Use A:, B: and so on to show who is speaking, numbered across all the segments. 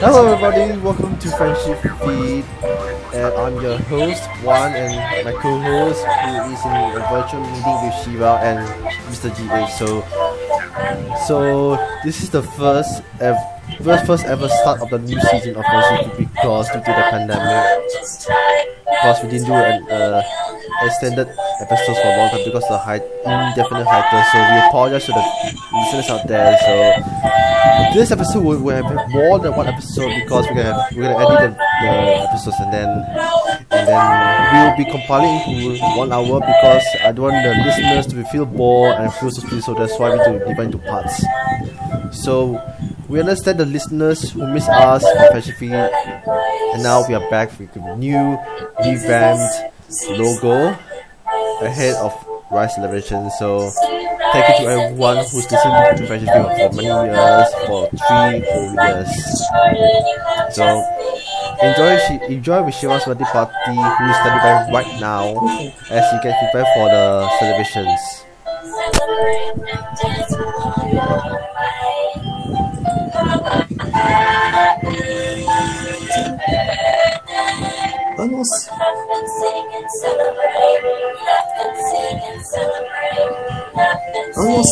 A: Hello, everybody. Welcome to Friendship Feed, and I'm your host Juan, and my co-host who is in a virtual meeting with Shiva and Mr. GH. So, so this is the first ever, first first ever start of the new season of Friendship Feed because due to the pandemic, because we didn't do an uh, extended episodes for a long time because of the high indefinite hiatus. So we apologize to the listeners out there. So this episode will, will have more than one episode because we're gonna have, we're gonna edit the, the episodes and then and then we'll be compiling into one hour because I don't want the listeners to feel bored and feel so so that's why we do divide into parts. So we understand the listeners who miss us from Fashion Feed and now we are back with a new revamped logo ahead of Rise Celebration. So thank you to everyone who's listened to Friendship Film for many years, for three whole years. So enjoy Shi- enjoy with Shiva's birthday party who is standing by right now as you get prepared for the celebrations.
B: Vamos. Vamos.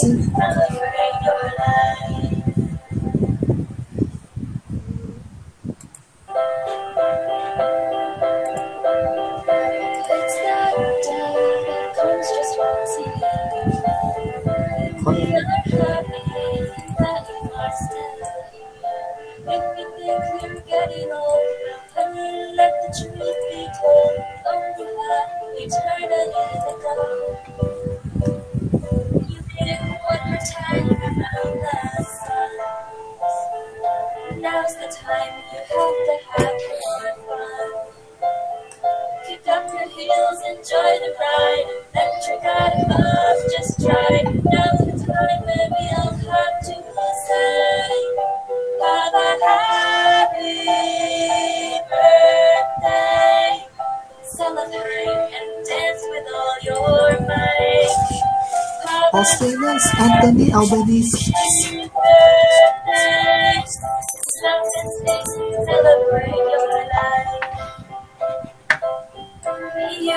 C: Now's the time you have to have your fun. Kick up your heels, enjoy the ride. Electric out of love, just try. Now's the time, baby, I'll have to say. Baba, happy birthday. Celebrate and dance with all your might. Baba,
B: Australians Anthony Albanese.
C: happy birthday. Stop and sing, celebrate your life. You are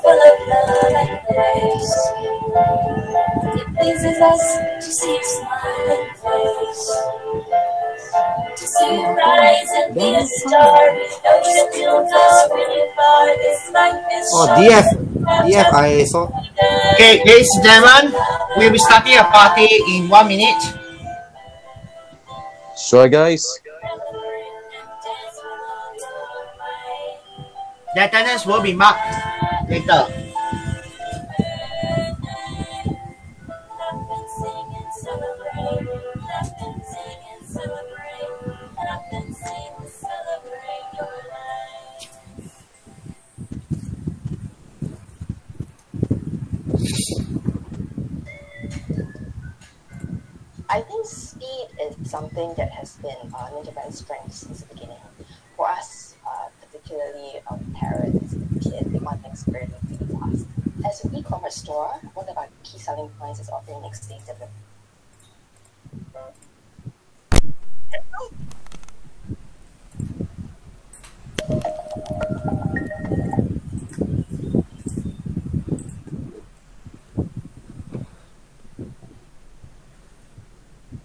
C: full of love and grace. It pleases us to see your smiling face. To see you rise and be a star. Know that you'll go really far. This life is
B: Oh,
C: short.
B: DF. DF, I saw.
D: Okay, ladies and gentlemen, we'll be starting a party in one minute.
E: Sure, guys.
C: Celebrate and dance with all your might.
D: The attendance will be marked later.
C: Laugh and sing and celebrate. Laugh and sing and celebrate. Laugh and sing and celebrate your life.
F: I think speed is something that has been uh, Ninja Van's strength since the beginning. For us, uh, particularly um, parents and kids, they want things very really fast. As an e-commerce store, one of our key selling points is offering next day delivery.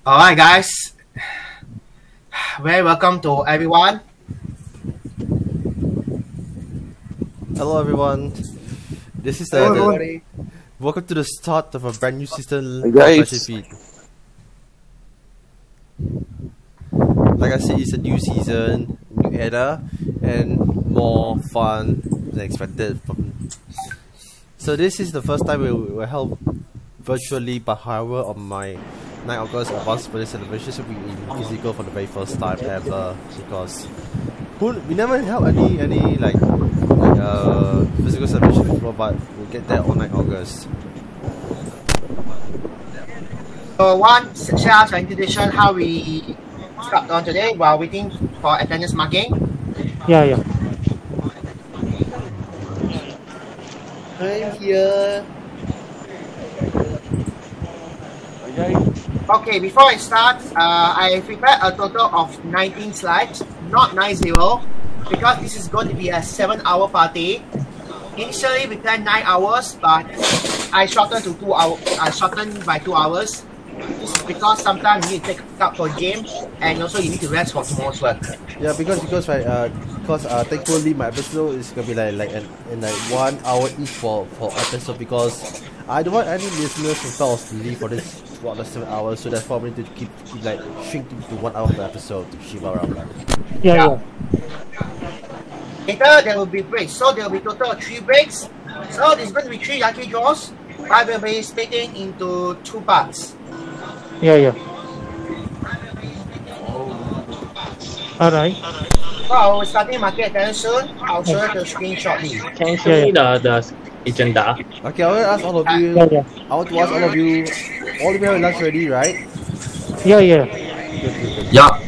D: Alright, guys. Very welcome to everyone.
A: Hello everyone. This is the,
B: Hello,
A: the-
B: everybody.
A: welcome to the start of a brand new season
E: Hey,
A: of
E: guys.
A: Friendship Feed. Like I said, it's a new season, new era, and more fun than expected from So this is the first time we will held virtually, but however, on my 9 August advanced birthday celebration will be in physical for the very first time ever because who, we never held any any like, like uh physical celebration before, but we get there on 9 August.
D: So one section of introduction how we start on today while waiting for attendance marking.
G: Yeah, yeah.
A: I'm here.
E: Okay.
D: Okay, before I start, uh, I prepared a total of 19 slides, not 90, because this is going to be a 7 hour party. Initially, we planned 9 hours, but I shortened to 2 hours, I shortened by 2 hours. This is because sometimes you need to take up for game and also you need to rest for tomorrow's work.
A: Yeah, because because right, uh, because uh, thankfully my episode is gonna be like like an, in like one hour each for for episode because I don't want any listeners to fall asleep for this for the seven hours, so that's why we need to keep, keep like shrink to, to one hour per episode to shiva around.
E: Yeah,
D: Yeah.
E: yeah.
D: Later, there will be breaks. So there will be total of three breaks. So there's going to be three lucky draws. I will be splitting into two parts.
H: Dạ,
E: Yeah, yeah.
H: Ờ,
E: Alright.
D: So I will start in market attendance soon. I'll show you the screen shortly.
G: Can you
H: Dạ,
G: show me the, the agenda?
A: Okay, I want to ask all of you.
H: Dạ,
E: Yeah, yeah.
A: I want to ask all of you. All of you have lunch ready, right?
H: Dạ,
E: Yeah, yeah.
I: Yeah.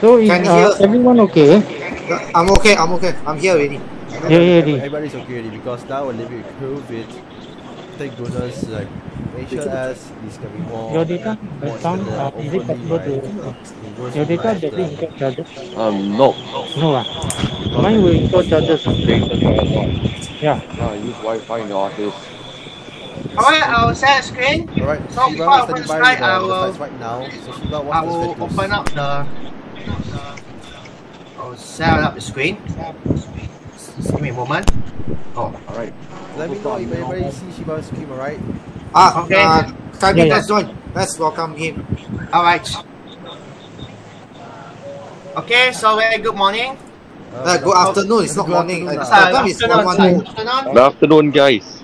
E: So is
B: Can
H: à,
E: uh,
B: hear.
E: everyone okay?
B: Uh, I'm okay, I'm okay. I'm here already.
H: Dạ,
E: Yeah, yeah,
A: Every-
E: yeah.
A: Everybody's okay already because now we're living with COVID. Thank goodness, like Asian as is gonna be more.
E: Your data,
A: more
E: the sound,
A: internet
E: uh, is it
A: openly,
E: possible
A: right?
E: to...
A: It goes
H: Dạ,
E: Your
A: from,
E: data
A: like,
E: doesn't
A: the-
E: include charges?
I: Um, no.
E: No, ah. Mine will include charges. Yeah.
I: I use Wi-Fi in the office.
D: Alright, I'll set a screen.
A: Alright,
D: So
A: Shiva,
D: before I
A: we're standing
D: open the
A: by
D: slide,
A: with, uh,
D: I
A: the
D: will-
A: slides right now. So Shiva,
D: I
A: what's
D: will
A: the
D: open
A: status?
D: up the. I'll set up the screen. Just give me a moment. Oh,
I: All right.
A: Let me know if anybody see Shiva's screen, alright?
B: Ah,
D: Okay.
B: uh, can
E: Yeah,
B: we
E: yeah.
B: just join? Let's welcome him.
D: alright. Okay, so very good morning.
B: Uh, good afternoon, it's not
A: good
B: morning.
A: afternoon,
B: Uh,
A: ah.
B: the time is
D: Good
B: 119.
D: afternoon.
I: Good afternoon, guys.
B: Uh,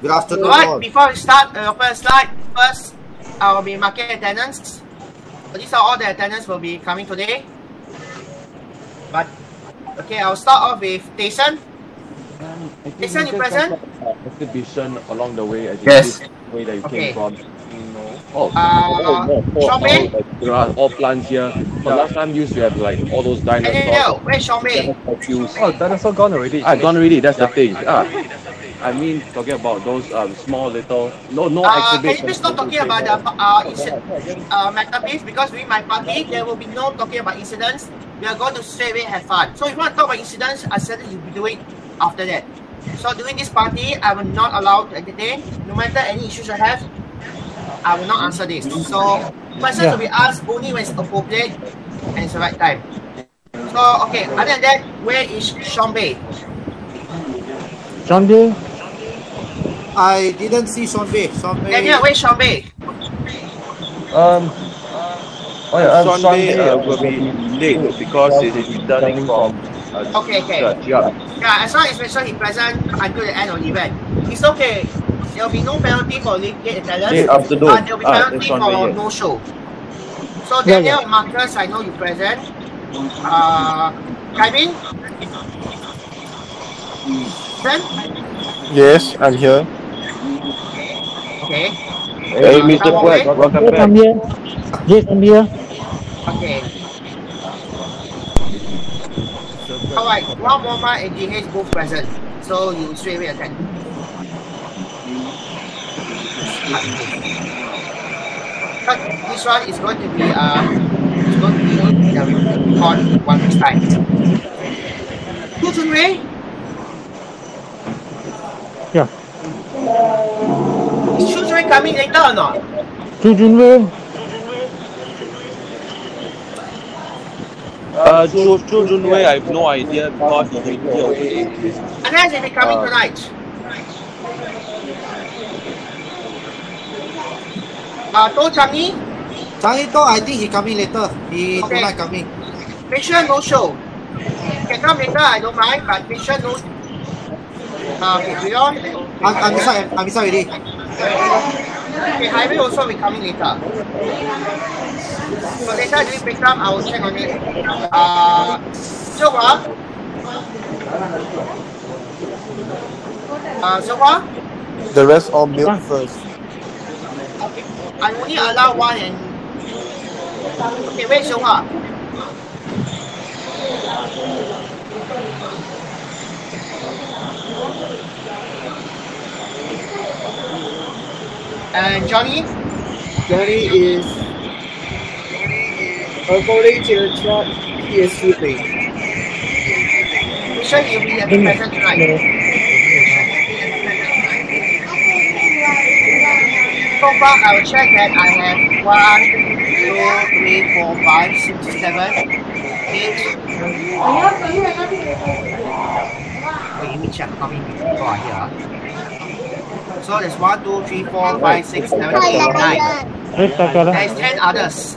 B: Good afternoon, all.
D: Alright, before we start uh, first slide, first I will be marking attendance. So these are all the attendants will be coming today. But okay, I'll start off with Tyson. Jason, you present?
I: Exhibition along the way. As
G: Yes.
I: You see, way that you
D: Okay.
I: came from. No. Oh.
D: Uh,
I: oh, no, oh,
D: shopping?
I: oh, like, there are all plants here. But last time used to have like all those
D: Daniel,
I: dinosaurs.
D: where's Sean May?
I: Statues.
J: Oh, dinosaur gone already.
I: Ah, gone already. That's the thing. Ah, I mean, talking about those um small little no no
D: Uh, can you
I: exhibition.
D: please stop talking about the uh, incident, uh, matter, please? Because during my party, there will be no talking about incidents. We are going to straight away have fun. So if you want to talk about incidents, I said you'll be doing after that. So during this party, I will not allow to entertain. No matter any issues you have, I will not answer this. So questions
E: Yeah.
D: will be asked only when it's appropriate and it's the right time. So okay, other than that, where is Sean Bay?
E: John Day?
B: I didn't see Sean Bay. Sean Bay.
D: Daniel, where's Sean Bay?
J: Um. Oh yeah, um,
I: Sunday
J: Sunday.
I: uh, will be late because it is returning from uh,
D: Okay, okay.
I: church. Yeah.
D: Yeah, as long as make sure he present until the end of the event. It's okay. There'll be no penalty for late attendance.
I: Late afternoon.
D: But there'll be
I: Ah,
D: penalty
I: that's one way,
D: for
I: yes.
D: no show. So
E: Yeah,
D: Daniel
E: yeah.
D: and Marcus, I know you present. Uh, Kevin? Then?
K: Yes, I'm here.
D: Okay,
I: Hey, Mr.
D: Come away.
I: Quack, welcome
E: Yes, I'm
I: back.
E: here. Yes, I'm here.
D: okay. Alright, one more month and DH both present. So you straight away attend. But this one is going to be uh it's going to be the record one week's time. Two to three?
H: Dạ.
E: Yeah.
D: Is Chu Tui coming later or not?
E: Chu Junwei?
I: Uh, Chu Chu Junwei, I have no idea because he didn't hear away.
D: Unless if they're coming
I: Uh,
D: tonight. Uh, Toh Changi,
B: Changi Toh, I think he coming later. He
D: Okay.
B: tonight coming.
D: make sure no show. Can come later, I don't mind, but make sure no. Uh, okay, Leon.
B: I'm, I'm inside. I'm inside already.
D: Okay, Highway also will be coming later. So later during break time, I will check on it. Uh, Zhonghua. Uh, Zhonghua,
K: The rest all mute first.
D: I only allow one and. Okay, where's Zhonghua? And Uh, Johnny?
L: Johnny is. According to the chart, he is sleeping.
D: Make sure you be at the present tonight. So far, I will check that I have one, two, three, four, five, six, seven, eight. Wait, let me check how many people are here. So there's one, two, three, four, five, six, seven, eight, nine. There's ten others.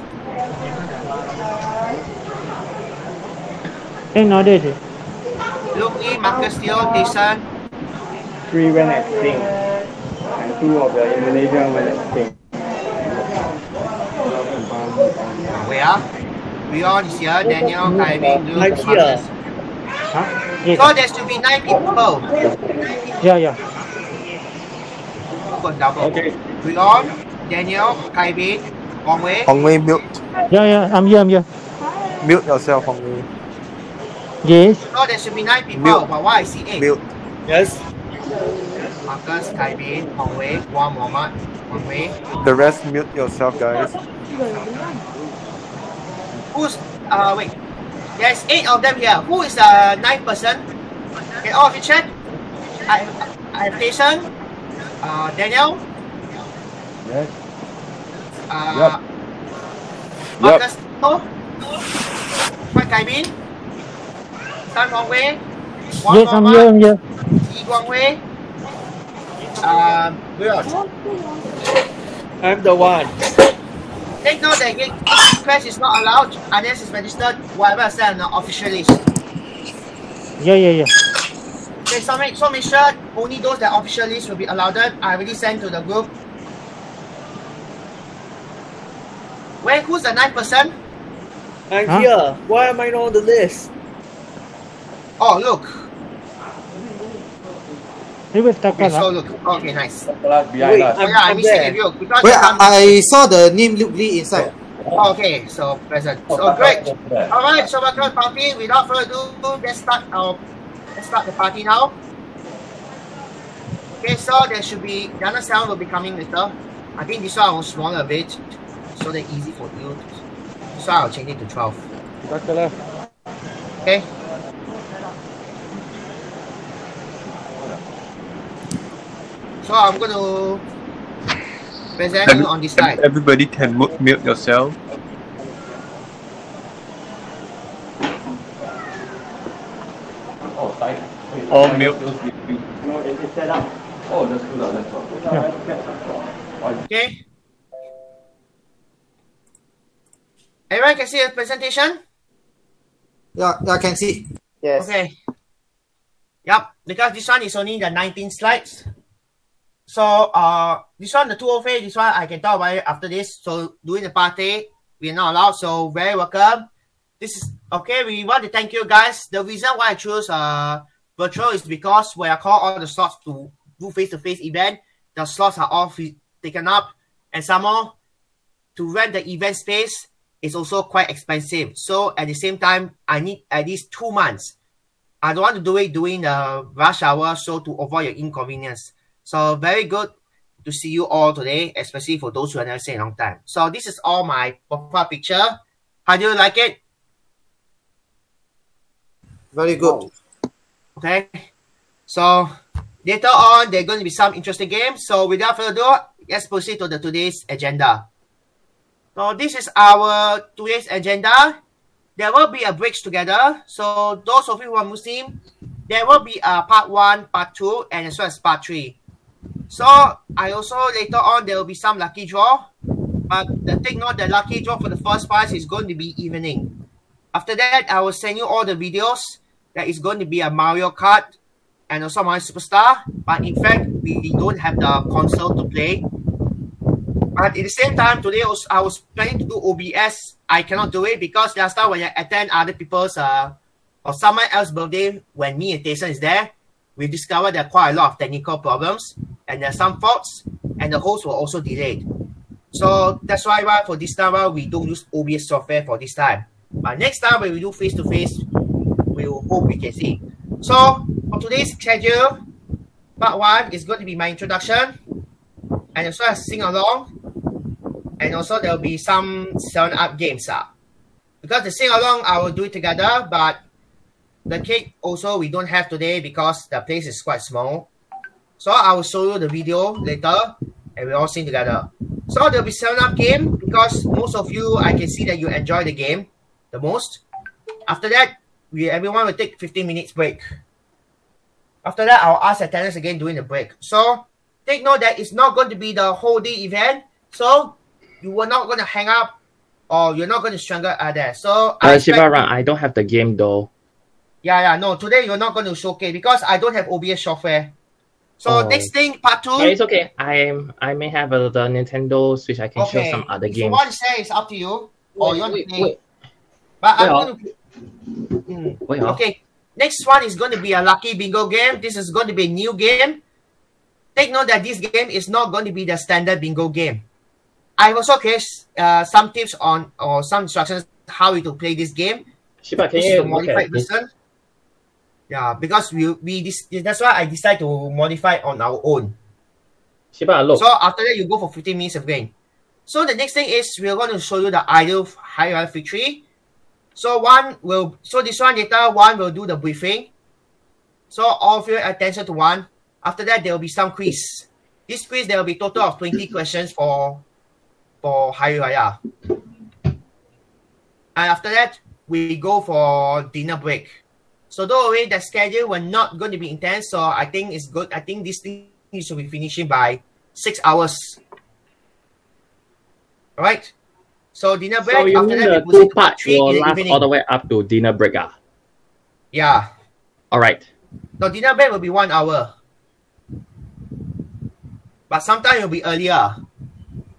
H: Ten others.
D: Luke Lee, Marcus Teo, Jason,
L: Three went extinct, and two of the Indonesian went extinct.
D: we are. Beyond is here, Daniel, Kyvin, Luke,
H: I'm here.
D: Marcus.
H: Huh?
D: So
H: Yes.
D: there's to be nine people.
H: Yeah, yeah.
D: Got double. Okay. Beyond, Daniel, Kyvin, Wong Wei.
K: Hong Wei, mute,
H: Yeah, yeah. I'm here. I'm here.
K: mute yourself, Hong Wei.
H: Yes.
D: So there should be nine people,
K: Mute.
D: but why I see eight?
K: Mute. Yes.
D: Marcus, Kyvin, Wong Wei, Wong Mohamad, Wong Wei.
K: The rest, mute yourself, guys.
D: Who's uh wait? There's eight of them here. Who is the ninth person? Can all of you check? I I have Jason, uh Daniel,
J: Yes.
D: uh Marcus To, Mike Kaibin, Tan Hong Wei, Wang
H: Yes, I'm
D: Mohamad,
H: here. I'm here.
D: Yi Guang Wei, um
L: I'm the one.
D: Take note that gate press is not allowed unless it's registered, whatever I said, not officially.
H: Yeah, yeah, yeah.
D: Okay, so make, so make sure only those that official list will be allowed. I already sent to the group. Wait, who's the ninth person?
L: I'm here. Why am I not on the list?
D: Oh, look.
H: He was stuck
D: Okay,
H: on.
D: so look. Okay, nice.
L: behind Wait, us.
D: Oh,
L: I'm-
D: yeah, I
L: I'm
D: missed
L: there.
D: it. Look, because
B: Wait,
D: um,
B: I, I saw the name Luke Lee inside.
D: Okay, so present. So great. All right, so welcome party. Without further ado, let's start our let's start the party now. Okay, so there should be the other sound will be coming later. I think this one was smaller a bit, so they're easy for you. So I'll change it to twelve. Okay. So I'm gonna present you on this slide.
J: Everybody can mu- mute yourself. All mute.
I: Oh, that's good. That's good.
D: Okay. Everyone can see the presentation?
B: Yeah, yeah, I can see.
L: Yes.
D: Okay. Yep, because this one is only the 19 slides. So uh this one the 205, this one I can talk about it after this. So during the party, we're not allowed, so very welcome. This is okay, we want to thank you guys. The reason why I choose uh virtual is because when I call all the slots to do face-to-face event, the slots are all fi- taken up and some more to rent the event space is also quite expensive. So at the same time, I need at least two months. I don't want to do it during the rush hour, so to avoid your inconvenience. So very good to see you all today, especially for those who have never seen in a long time. So this is all my profile picture. How do you like it?
B: Very good.
D: Okay. So later on, there are going to be some interesting games. So without further ado, let's proceed to the today's agenda. So this is our today's agenda. There will be a bridge together. So those of you who are Muslim, there will be a part one, part two, and as well as part three. So I also later on there will be some lucky draw. But the take note the lucky draw for the first prize is going to be evening. After that, I will send you all the videos. There is going to be a Mario Kart and also Mario Superstar. But in fact, we don't have the console to play. But at the same time, today also, I was planning to do OBS. I cannot do it because last time when I attend other people's uh, or someone else's birthday, when me and Jason is there, we discovered there are quite a lot of technical problems and there are some faults, and the host were also delayed. So that's why why for this time around, we don't use OBS software for this time. But next time when we do face to face, we will hope we can see. So for today's schedule, part one is going to be my introduction. and as well as sing along. And also there will be some seven up games up. Because the sing along I will do it together, but the cake also we don't have today because the place is quite small. So I will show you the video later and we all sing together. So there'll be seven up game because most of you I can see that you enjoy the game the most. After that, we everyone will take 15 minutes break. After that, I'll ask attendance again during the break. So take note that it's not going to be the whole day event. So you were not going to hang up or you're not going to strangle others. So
G: Uh,
D: expect-
G: Shivaran, I don't have the game though.
D: Yeah, yeah. No, today you're not going to showcase because I don't have OBS software. So
G: Oh.
D: next thing, part two.
G: But it's okay. I am. I may have uh, the Nintendo Switch. I can show some other
D: if you
G: games.
D: want to say it's up to you. or you want to play.
G: wait.
D: But I'm
G: Wait,
D: going to.
G: Wait, oh.
D: Okay. Next one is going to be a lucky bingo game. This is going to be a new game. Take note that this game is not going to be the standard bingo game. I also gave uh, some tips on or some instructions how you to play this game.
G: Shiba, can
D: This is
G: you
D: the
G: look
D: modified
G: at this?
D: version. Yeah, because we we this that's why I decided to modify on our own.
G: Shiba, look.
D: So after that, you go for 15 minutes of game. So the next thing is we're going to show you the ideal hierarchy tree. So one will so this one later one will do the briefing. So all of your attention to one. After that, there will be some quiz. This quiz there will be total of 20 questions for for Hari Raya. And after that, we go for dinner break. So don't worry, the schedule will not going to be intense. So I think it's good. I think this thing should be finishing by six hours. All right. So dinner break.
G: So you
D: after
G: mean
D: that,
G: the
D: we proceed
G: two
D: to
G: parts
D: three
G: will
D: in the
G: last
D: evening.
G: all the way up to dinner break? Ah,
D: Yeah.
G: all right.
D: No, dinner break will be one hour. But sometimes it'll be earlier.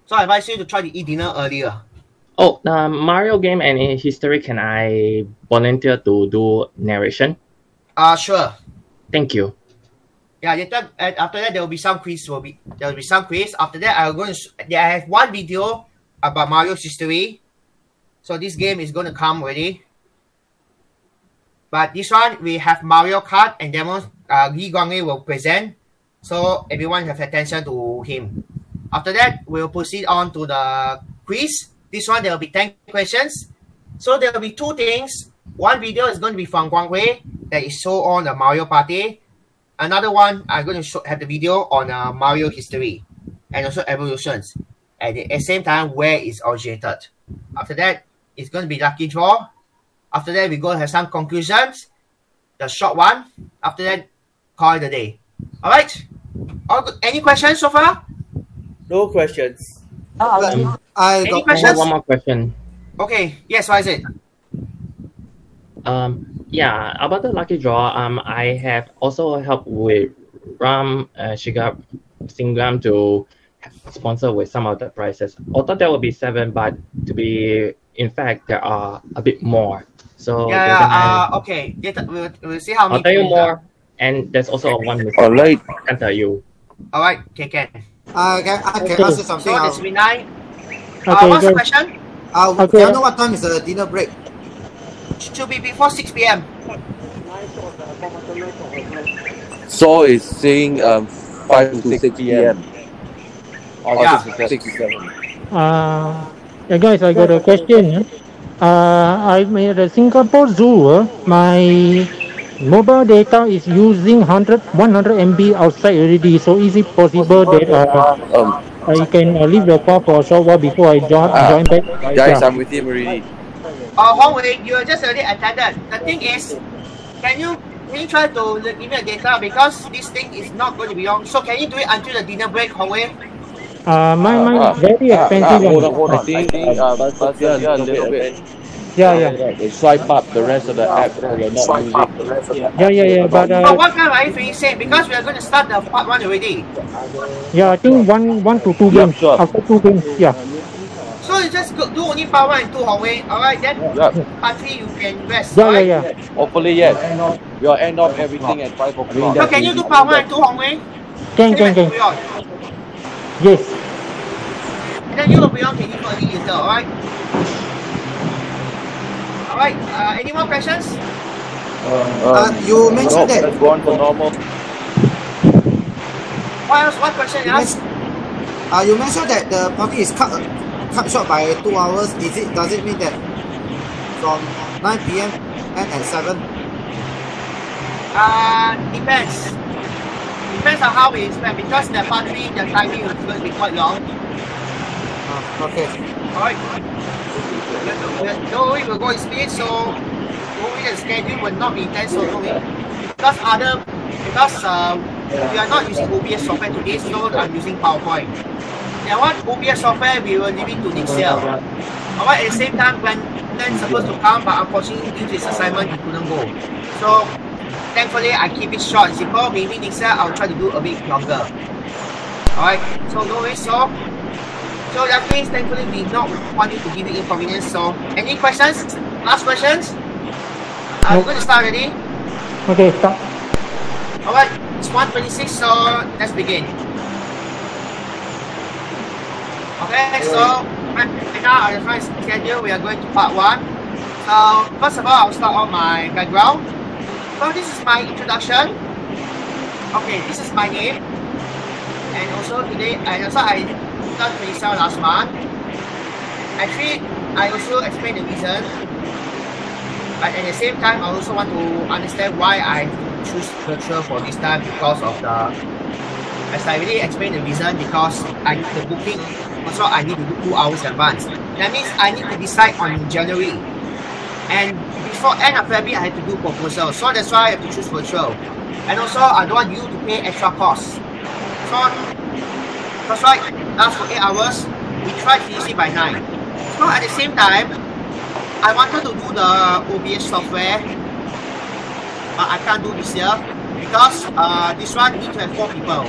D: So I advise you to try to eat dinner earlier.
G: Oh, the Mario game and in history. Can I volunteer to do narration?
D: Uh sure.
G: Thank you.
D: Yeah, later and after that there will be some quiz. Will be there will be some quiz. After that, I'm going to. s- I have one video about Mario's history. So this game is going to come already. But this one we have Mario Kart and Demon. Uh, Lee Guangwei will present. So everyone have attention to him. After that, we'll proceed on to the quiz. This one there will be ten questions. So there will be two things. One video is going to be from Guangwei that is show on the Mario Party another one I'm going to show, have the video on uh, Mario history and also evolutions and at the same time where it's originated. After that, it's going to be lucky draw. After that, we're going to have some conclusions, the short one. After that, call it a day. All right. All good. Any questions so far?
M: No questions.
G: Um,
D: Any questions?
G: one more question.
D: Okay. Yes. Why is it?
G: Um, yeah, about the lucky draw. Um, I have also helped with Ram uh, Shiga Singram to sponsor with some of the prizes. Although there will be seven, but to be in fact there are a bit more. So
D: yeah.
G: there's
D: yeah,
G: an-
D: Uh, okay. Later, we'll, we'll see how
G: I'll
D: many.
G: tell you
D: people there.
G: more. And there's also one mistake. All right. I can tell you.
D: All right. Okay. Can.
B: Uh, can, I can
G: Okay.
B: answer something.
D: So
B: I'll-
D: there's been nine.
B: Okay,
D: uh, what's the
B: go.
D: question?
B: I'll,
H: Okay.
B: Can I uh, know what time is the dinner break?
D: Should be before 6 p.m.
I: So it's saying um, 5 to 6 p.m. Or
H: Yeah.
I: 6 to 7.
H: Uh, yeah, guys, I got a question. Uh, I'm at the Singapore Zoo. uh, My mobile data is using 100, 100 MB outside already. So is it possible that uh,
I: Um,
H: I can uh, leave the call for a short while before I join, join back?
I: guys,
H: Yeah.
I: I'm with him already.
D: Uh, Hongwei, you are just already attended. The thing is, can you can you try to l- give me a data because this thing is not going to be long. So can you do it until the dinner break, Hongwei?
H: Uh, my mine
I: Uh,
H: is very
I: uh, uh,
H: expensive.
I: hold
H: one. Ah,
I: on, hold on. I think uh, faster a little bit. uh,
H: Yeah, yeah.
I: They swipe up the rest of the app that you're not using.
H: Yeah, yeah, yeah. But
D: but
H: uh,
D: what kind of are you finishing? Because we are going to start the part one already.
H: yeah, I think one, one to two games. After two games, yeah.
D: So you just go, do only part one and two, Hongwei. All right, then
I: Yeah.
D: part three you can rest.
H: Yeah,
D: alright?
H: yeah, yeah.
I: Hopefully, yes. We'll end off everything at 5 o'clock.
D: So can you do part one and two, Hongwei?
H: Can, can,
D: Then
H: can.
D: Beyond.
H: Yes.
D: And then you will be on can you for the user, all right? All right. Uh, any more questions?
B: Uh, you mentioned
I: no,
B: that-
I: Let's go on for normal.
D: What else? What question? Yes.
B: Uh, you mentioned that the party is cut cut short by two hours. Is it does it mean that from 9 p.m. and at 7?
D: Uh, depends. Depends on how we spend because the party, the timing is going to be quite long.
B: okay.
D: Alright. No way we're going speed, so moving the schedule will not be intense for moving. Because other, because uh, we are not using OBS software today, so I'm using PowerPoint. That one OBS software we will leave it to next year. Alright, at the same time, when then supposed to come, but unfortunately due to his assignment, he couldn't go. So thankfully, I keep it short. Simple. Maybe next year I'll try to do a bit longer. Alright, so no way, so so that means thankfully we not want you to give you inconvenience. So any questions? Last questions? I'm
H: Nope.
D: going to start already.
H: Okay, stop.
D: Alright, it's 126, so let's begin. Okay, so right now our first schedule, we are going to part one. So first of all, I'll start on my background. So this is my introduction. Okay, this is my name. And also today, and also I got to sell last month. Actually, I also explain the reason. But at the same time, I also want to understand why I choose culture for this time because of the. As I already explained the reason because I need the booking. Also, I need to book two hours in advance. That means I need to decide on January. And before end of February, I had to do proposal. So that's why I have to choose virtual. And also, I don't want you to pay extra costs. So that's why last for eight hours, we tried finish it by nine. So at the same time, I wanted to do the OBS software, but I can't do this year because uh, this one need to have four people.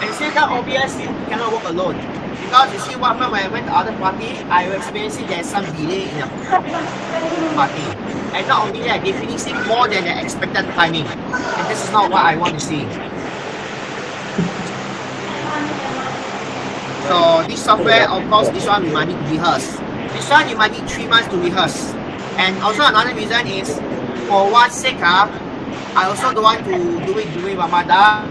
D: And same time, OBS cannot work alone because you see what happened when I went to other party, I was experiencing there's some delay in the party. And not only that, they finished it more than the expected timing. And this is not what I want to see. So this software, of course, this one we might need to rehearse. This one you might need three months to rehearse. And also another reason is for what sake ah, I also don't want to do it during Ramadan.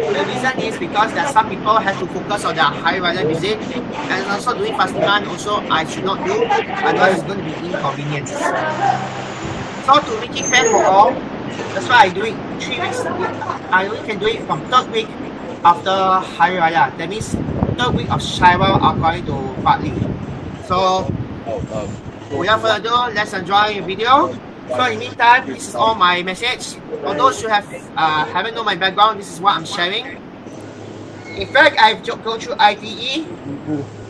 D: The reason is because that some people have to focus on their high rider music and also doing fasting month also I should not do otherwise it's going to be inconvenience. So to make it fair for all, that's why I do it three weeks. I only can do it from third week after Hari Raya. That means third week of Shaiwa are going to Bali. So without further ado, let's enjoy the video. So in the meantime, this is all my message. For those who have uh, haven't know my background, this is what I'm sharing. In fact, I've jo- gone through ITE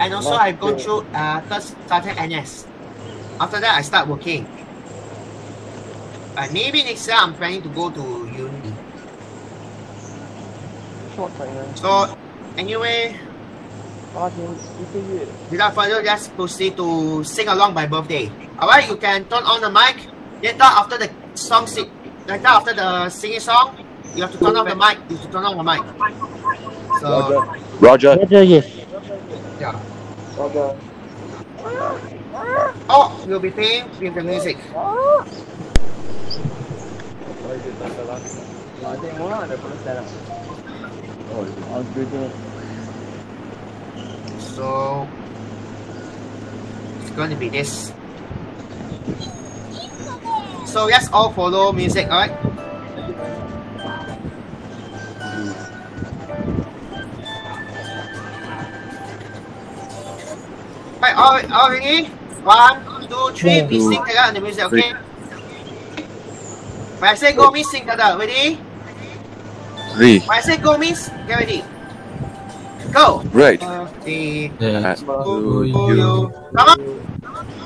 D: and also I've gone through uh, third started NS. After that, I start working. Uh, maybe next year I'm planning to go to uni. So anyway, without further, just proceed to sing along my birthday. Alright, you can turn on the mic. Later after the song, sing, later after the singing song, you have to turn off the mic. You have to turn off the mic. So
I: Roger.
H: Roger, yes.
D: yeah. Oh, you'll be playing with the music.
I: Oh,
D: So it's going to be this. So let's all follow music, alright? Alright, all, all ready? One, two, three, we sing together on the music, okay? When I say go, means sing together. Ready?
I: Three.
D: When I say go, means get ready. Go!
I: Right. Uh,
D: Happy
N: Happy
D: birthday to you. Come on!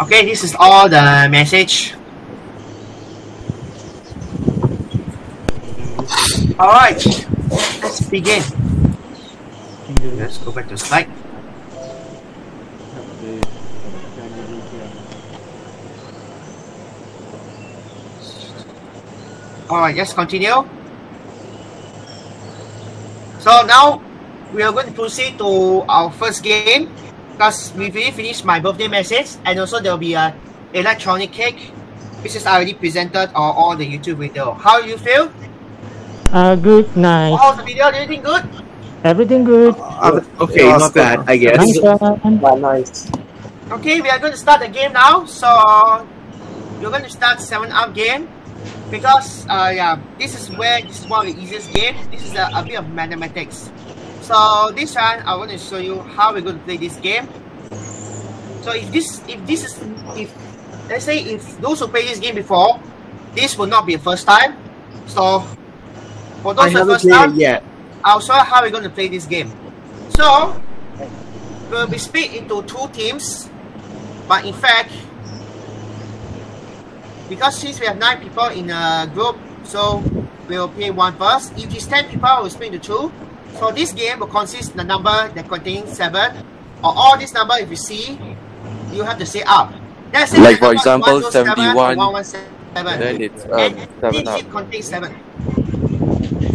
D: Okay, this is all the message. All right, let's begin. Let's go back to slide. All right, let's continue. So now we are going to proceed to our first game because we really finished my birthday message and also there will be a electronic cake which is already presented on all the YouTube video. How you feel?
H: Uh, good night.
D: All the video, everything good?
H: Everything good.
O: okay, not bad, I guess.
H: Nice one.
D: Okay, we are going to start the game now. So you're going to start seven up game because uh, yeah, this is where this is one of the easiest game. This is a, a bit of mathematics. So this one, I want to show you how we're going to play this game. So if this if this is if let's say if those who play this game before, this will not be a first time. So for
O: I
D: those who
O: haven't
D: first
O: played
D: time,
O: it yet.
D: I'll show how we're going to play this game. So, we'll be split into two teams, but in fact, because since we have nine people in a group, so we'll play one first. If it's ten people, we'll split into two. So this game will consist the number that contains seven, or all this number if you see, you have to say up. That's
N: Like for example, 71,
D: one one seven.
N: then it's, um, seven up.
D: contains seven.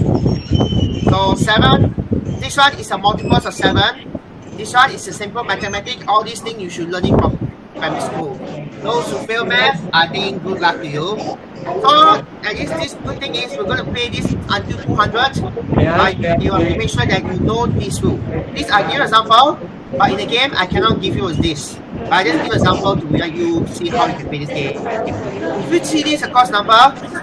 D: So seven. This one is a multiples of seven. This one is a simple mathematics. All these things you should learn it from primary school. Those who fail math, I think good luck to you. So at least this good thing is we're gonna play this until 200. But you have to make sure that you know this rule. This I give you example, but in the game I cannot give you this. But I just give you example to let you see how you can play this game. If you see this across number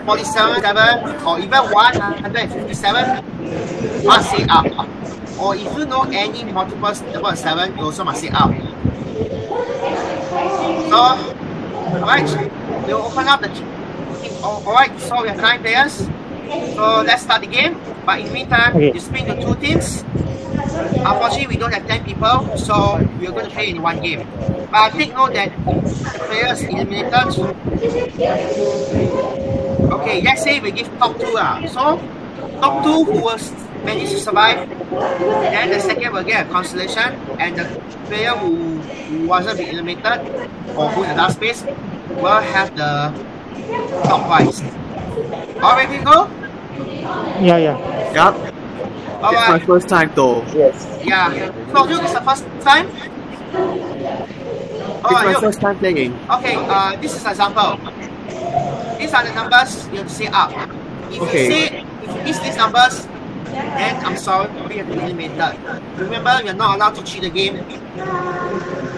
D: 47, 7, or even 157, must say up. Or if you know any multiples number 7, you also must say up. So, alright, we'll open up the Alright, so we have nine players. So let's start the game. But in the meantime,
H: Okay.
D: you split into two teams. Unfortunately, we don't have 10 people, so we're going to play in one game. But take note that the players eliminated. Okay, let's say we give top two. Uh. So, top two who will s- manage to survive, then the second will get a consolation, and the player who, who wasn't be eliminated or who in the last place will have the top prize. All ready to go?
H: Yeah, yeah.
O: Yup.
D: All
O: It's
D: right.
O: my first time though. Yes.
D: Yeah. So, you is the first time.
O: It's
D: Alright,
O: my
D: you-
O: first time playing.
D: Okay, uh, this is example. These are the numbers you have to say up. If
O: Okay.
D: you say if you miss these numbers, then I'm sorry, we have to eliminate that. Remember, you're not allowed to cheat the game.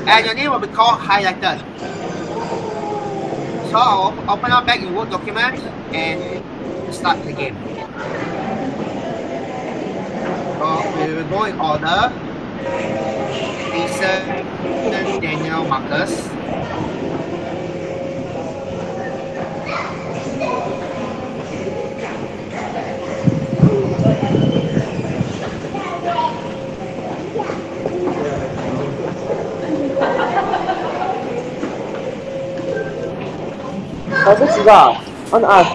D: And your name will be called highlighted. So I'll op- open up back in Word document and start the game. So we will go in order. Lisa, Daniel, Marcus.
P: Also, Shiva, uh, on us.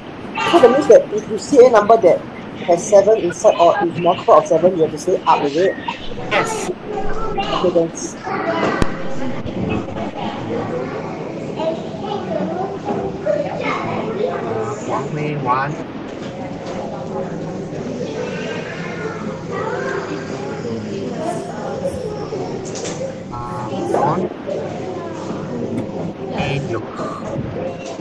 P: So that means that if you see a number that has seven inside or is multiple of seven, you have to say up, is it?
D: Yes.
P: Okay, thanks.
D: One main one. Um, one. And look.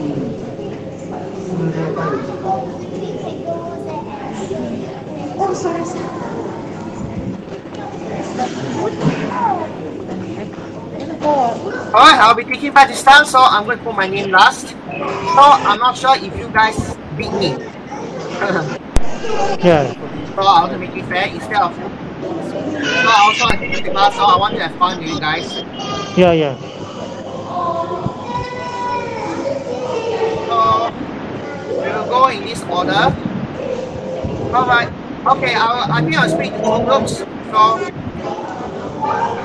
D: Alright, I'll be taking back this time, so I'm going to put my name last. So I'm not sure if you guys beat me.
H: Yeah.
D: so I want to make it fair instead of. So I also want to take the class, so I want to have fun with you guys.
H: Yeah, yeah.
D: So we will go in this order. Alright. Okay, I, I think I'll speak to two groups. So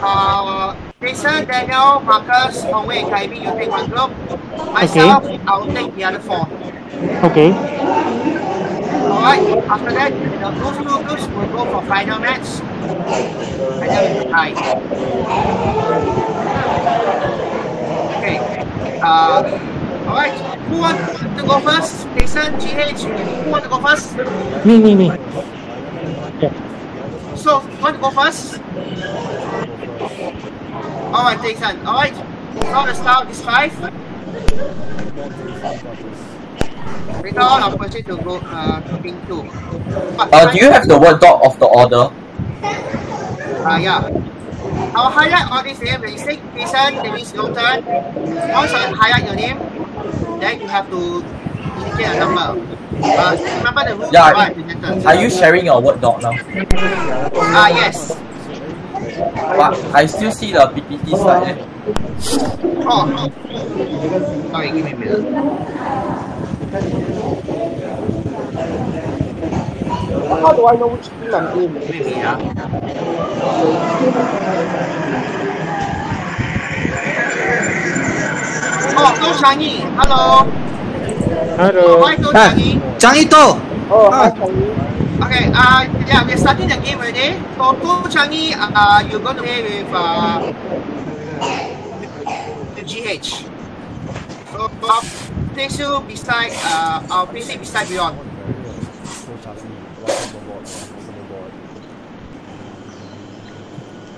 D: uh Jason, Daniel, Marcus, Hongwei, and Kaimi, you take one group. Myself, I will take the other four.
H: Okay.
D: Alright, Alright, after that, the those two groups will go for final match. And then we decide. Okay. Uh, Alright, who want to go first? Jason, GH, who want to go first?
H: Me, me, me.
D: So, you want to go first? Alright, Jason, alright. We're gonna start this five. We got all opportunity to go uh, to ping two.
Q: Uh, do you have the word dog of the order?
D: Uh, yeah. I'll highlight all these names. When you say Jason, that means your turn. Once I highlight your name, then you have to indicate a number. Uh, remember the rules
Q: Yeah.
D: are
Q: Are, are you sharing your word dog now?
D: Ah, yes.
Q: But I still see the PPT slide. eh.
D: Oh. Sorry, give me a minute.
P: How do I know which team I'm in?
D: Oh, go Changi. Hello.
H: Hello.
D: Why go Changi?
B: Changi to.
P: Oh, hi, Changi.
D: Okay, uh, yeah, we're starting the game already. For Go Changi, uh, you're going to play with uh, the GH. So, uh, place you beside, uh, I'll place you beside Beyond.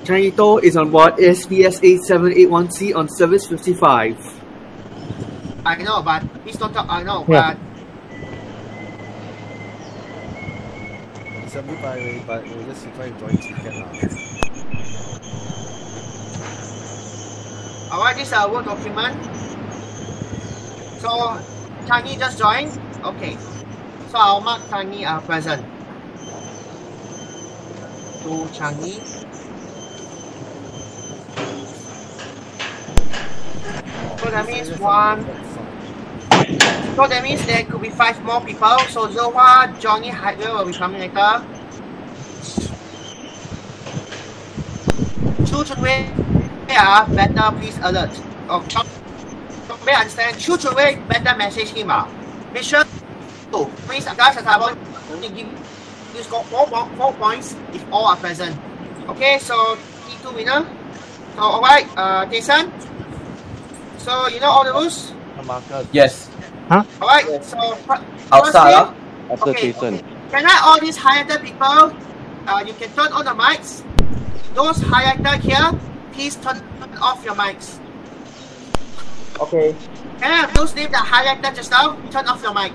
O: Chanito is on board SBS 8781C on service 55.
D: I know, but please don't talk. I know,
O: Yeah.
D: but
A: It's a bit by way, but we'll just try and join chicken
D: alright, this is our work document. So, Changi just joined. Okay. So, I'll mark Changi uh, present. Go Changi. So that means one. So that means there could be five more people. So Zohar, Johnny, Hydra will be coming later. Children way yeah, ah, better please alert. Oh, Chong- Chong Wei understand. Children way better message him out. Make sure to please guys at about to give you score four, po- four points if all are present. Okay, so T2 winner. So alright, uh Jason. So you know all the rules?
Q: Yes.
D: Alright, so fir-
Q: Outside,
D: first
Q: ah,
D: thing-
Q: after
D: Okay.
Q: Jason.
D: Can I all these highlighted people? Uh, you can turn on the mics. Those highlighted here, please turn off your mics.
P: Okay.
D: Can I have those names that highlighted just now? Turn off your mic.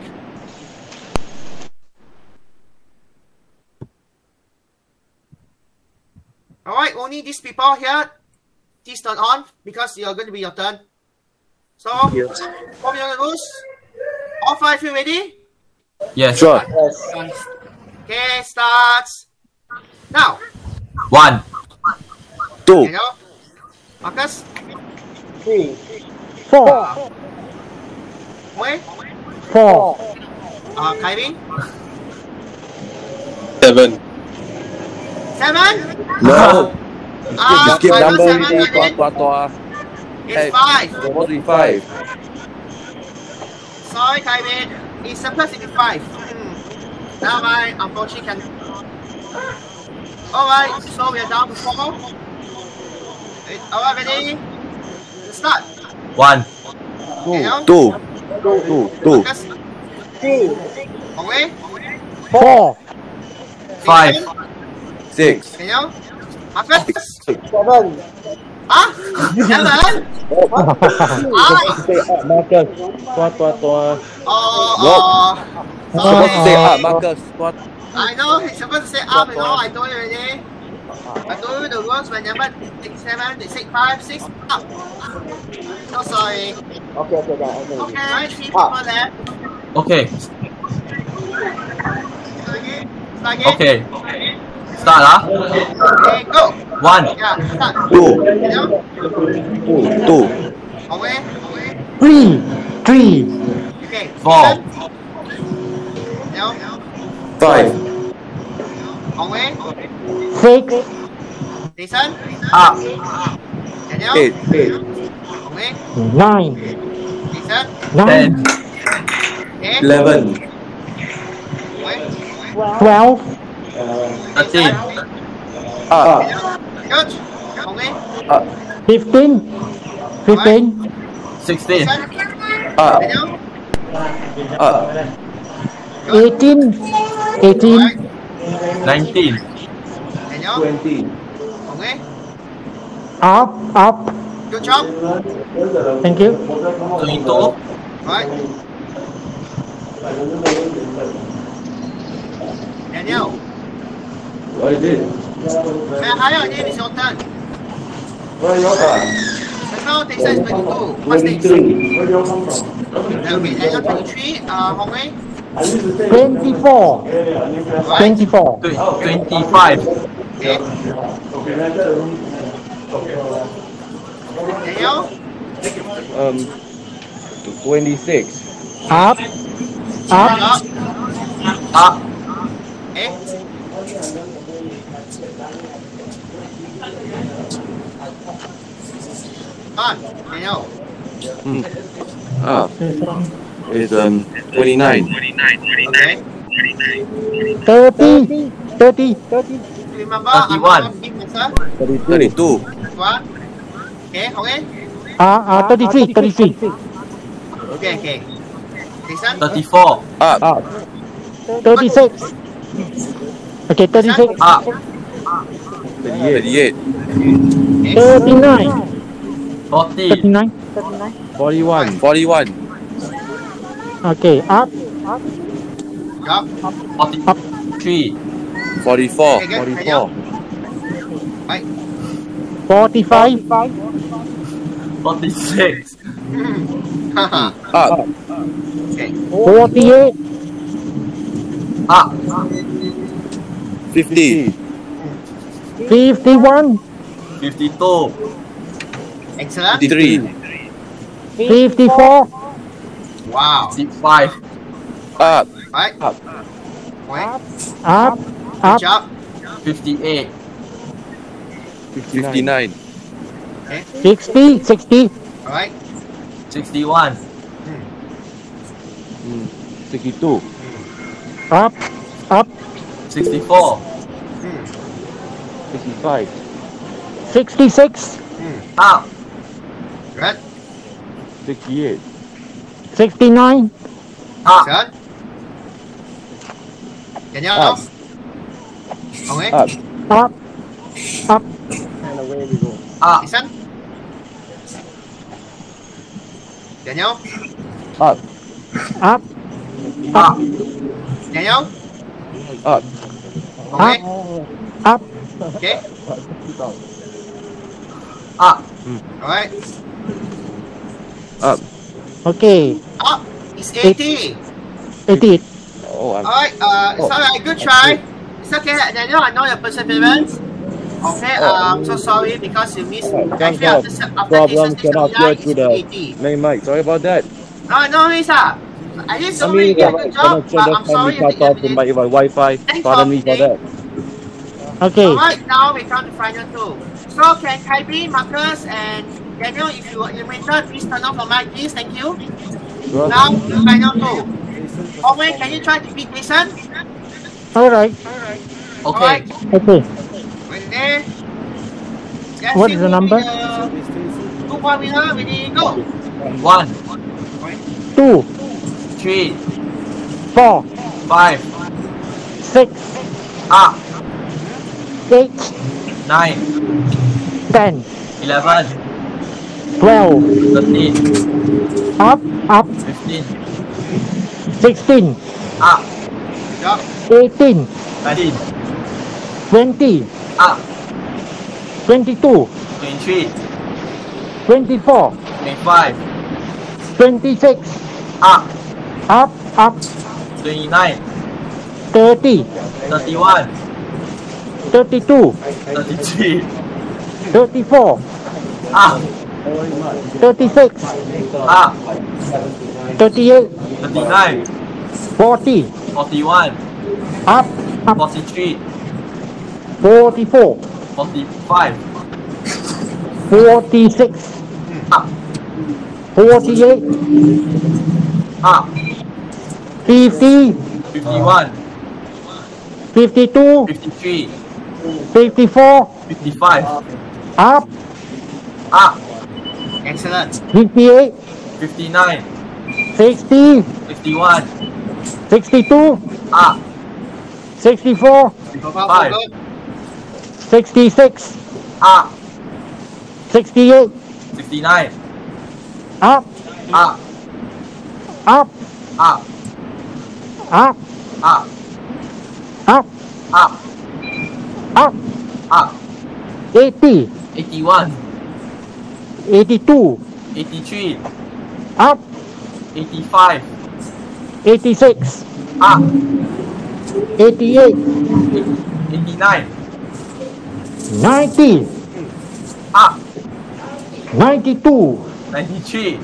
D: Alright, only these people here, please turn on because you're going to be your turn. So,
Q: Yes.
D: what we gonna lose? All five of you ready?
Q: Yes.
D: Okay, starts. Now,
Q: One.
D: you know, Marcus,
P: Three.
H: Four.
D: Wei,
H: Four.
D: uh, Kevin,
J: Seven.
D: seven.
N: No.
D: Ah,
N: Just give
D: I know
N: number
D: Uh, seven,
N: already.
D: I
N: Tua,
D: did.
N: tua, tua.
D: It's five.
N: It's supposed to be five.
D: Sorry, Kevin. It's supposed to be five. Hmm. Now I unfortunately can. All right, so we are down to four. All right, ready? Start.
Q: One.
D: You know,
N: Two. Two. Two.
D: Marcus,
P: Three.
D: Wei,
H: Four.
N: Five. Six.
D: you know, Marcus,
P: Seven.
D: ah, seven. Ah.
H: Marcus. Tua, tua, tua.
D: Oh, oh.
N: Supposed to say
D: Sorry.
N: up, Marcus. What?
D: I know he's supposed to say up, you know. I told you already. I told you the words whenever six, seven, they say five, six, up. So sorry.
P: Okay, okay, okay. okay. Ah.
D: Okay, right, three people left.
Q: Okay.
D: Start again.
Q: Okay. Start ah.
D: Okay, go.
Q: One.
D: Yeah, start.
Q: Two.
D: You know?
Q: Two.
D: Away.
H: Three. Three.
D: Okay.
Q: Four.
D: You know?
Q: Five.
D: Away.
H: Six.
D: Listen.
Q: Up.
D: You know?
H: Eight.
D: Away.
H: Nine.
D: Listen.
H: Nine.
D: Okay.
H: Eleven.
D: Away.
H: Twelve.
A: Thirteen.
D: Dạ. Judge, okay?
H: Fifteen. Fifteen.
A: Sixteen.
D: Daniel,
H: Eighteen. Eighteen.
A: Nineteen.
D: Daniel,
A: Twenty.
D: okay?
H: Up. Up.
D: Good job.
H: Thank you.
A: Twenty-two.
D: Right. Daniel,
R: What is it?
D: may I hire your name? It's your turn.
R: Where you from?
D: Just now, they said it's 22. What's next?
R: Twenty-three. Where you come from?
D: That will be Daniel 23. Uh, Hong Wei,
H: Twenty-four. Twenty-four.
A: Twenty-five.
D: okay? Daniel,
I: Um, twenty-six.
H: Up. Up.
D: up.
A: Up.
D: Eh? Ah, Daniel,
I: Hmm. Ah, it's um twenty-nine.
D: okay?
H: Thirty. Thirty.
D: Remember, I'm not big answer.
I: Thirty-two.
D: What? Okay, okay?
H: Ah, ah, thirty-three. Thirty-three.
D: Okay, okay. Next one.
A: Thirty-four.
I: Up.
H: Thirty-six. Okay, thirty-six.
A: Up.
I: Thirty-eight.
H: Thirty-nine.
A: Forty.
H: Thirty-nine.
I: Forty-one. Forty-one.
H: Okay, up.
D: Yup.
A: Forty-three.
I: Forty-four.
D: Okay, good.
I: Forty-four.
D: Right.
H: Forty-five.
A: Forty-six.
D: Haha.
I: Up.
D: okay.
H: Forty-eight.
A: Up.
I: Fifty.
H: Fifty-one.
A: Fifty-two.
D: Excellent.
I: Fifty-three.
H: Fifty-four.
D: Wow.
A: Fifty-five.
I: Up.
D: Right.
I: Up.
D: Right.
H: Up.
D: Good
H: Up.
D: job.
A: Fifty-eight.
I: Fifty-nine.
D: Okay.
H: Sixty. Sixty.
D: All right.
A: Sixty-one.
I: Hmm. Sixty-two.
H: Up. Up.
A: Sixty-four.
I: Sixty-five.
H: Sixty-six.
A: Up.
D: Good.
I: Sixty-eight.
H: Sixty-nine.
A: Up.
D: Excellent. Daniel,
I: Up.
D: okay.
I: Up.
H: Up. Up.
A: Up.
D: Next one. Daniel,
I: Up.
H: Up.
A: Up.
D: Daniel,
I: Up.
D: okay,
H: Up.
D: okay,
A: Up.
D: all right.
I: Up.
H: Okay.
D: Up, it's 80.
H: Eighty.
I: Oh, I'm.
D: All right, uh, it's
I: Oh.
D: all right. Good try. It's okay, Daniel. I know your perseverance. Okay,
I: Oh.
D: uh, I'm so sorry because you missed. Actually, after, se- after this session,
I: Problem cannot
D: it's
I: hear through the
D: 80.
I: main mic. Sorry about that.
D: No, no, worries, ah. I just
I: I
D: don't really
I: mean,
D: get the
I: yeah, I
D: job,
I: cannot
D: but
I: shut
D: I'm
I: off and
D: sorry
I: we
D: you
I: cut off
D: didn't
I: in
D: get
I: my
D: it.
I: Wi-Fi. Pardon me for that.
H: Okay.
D: All right, now we come to final two. So can Kyrie, Marcus, and Daniel, if you were eliminated, please turn off your mic, please. Thank you. Now to final two. Owen, can you try to beat Jason?
H: All right.
D: All
A: Okay.
D: right.
H: Okay.
D: Right there. Let's
H: What
D: see
H: is the
D: who
H: number?
D: will be the Two point winner. Ready? Go.
A: One,
H: Two.
A: three,
H: Four.
A: five.
H: Six.
A: Up.
H: Eight.
A: Ah. Nine.
H: Ten.
A: Eleven.
H: Twelve.
A: Thirteen.
H: Up. Up.
A: Fifteen. Ah.
H: Sixteen.
A: Up.
D: Yup.
H: Eighteen.
A: Nineteen.
H: Twenty.
A: Up.
H: Twenty-two.
A: Ah. Twenty-three.
H: Twenty-four.
A: Twenty-five. Ah.
H: Twenty-six.
A: Up.
H: Up. Up.
A: Twenty-nine.
H: Thirty.
A: Thirty-one.
H: Thirty-two.
A: Thirty-three. Ah.
H: Thirty-four.
A: Up.
H: Thirty-six.
A: Up.
H: Thirty-eight.
A: Ah. Thirty-nine.
H: Forty.
A: Forty-one.
H: Up. Up.
A: Forty-three.
H: Forty-four.
A: Forty-five.
H: Forty-six.
A: Up.
H: Forty-eight.
A: Up. Ah.
H: Fifty.
A: Fifty-one.
H: 52,
Q: 53,
H: 54,
Q: 55,
H: up,
Q: up,
D: Excellent.
H: 58,
Q: 59,
H: 60,
Q: 51,
H: 62,
Q: up,
H: 64,
Q: 55,
H: 66,
Q: up,
H: 68,
Q: 69,
H: up,
Q: up,
H: up,
Q: up,
H: up,
Q: up,
H: up,
Q: up,
H: up,
Q: up,
H: 80,
Q: 81,
H: 82,
Q: 83,
H: up,
Q: 85,
H: 86,
Q: up,
H: 88,
Q: 89,
H: 90, Ah.
Q: up,
H: 92,
Q: 93,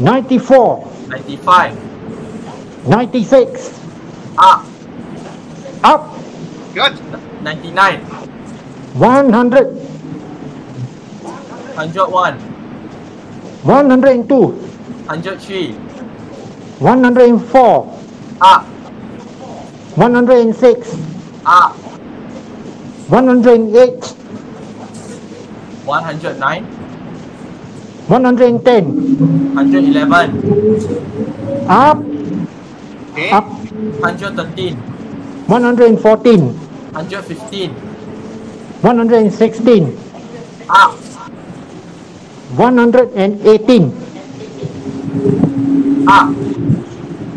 H: 94,
Q: 95,
H: 96,
Q: up,
H: Ah. up,
D: Good.
Q: 99,
H: 100,
Q: 101,
H: 102,
Q: 103,
H: 104,
Q: up,
H: 106, Ah.
Q: up,
H: 108,
Q: 109,
H: 110,
Q: 111,
H: up,
Q: okay,
H: up,
Q: 113,
H: 114,
Q: 115,
H: 116,
Q: up,
H: 118,
Q: up,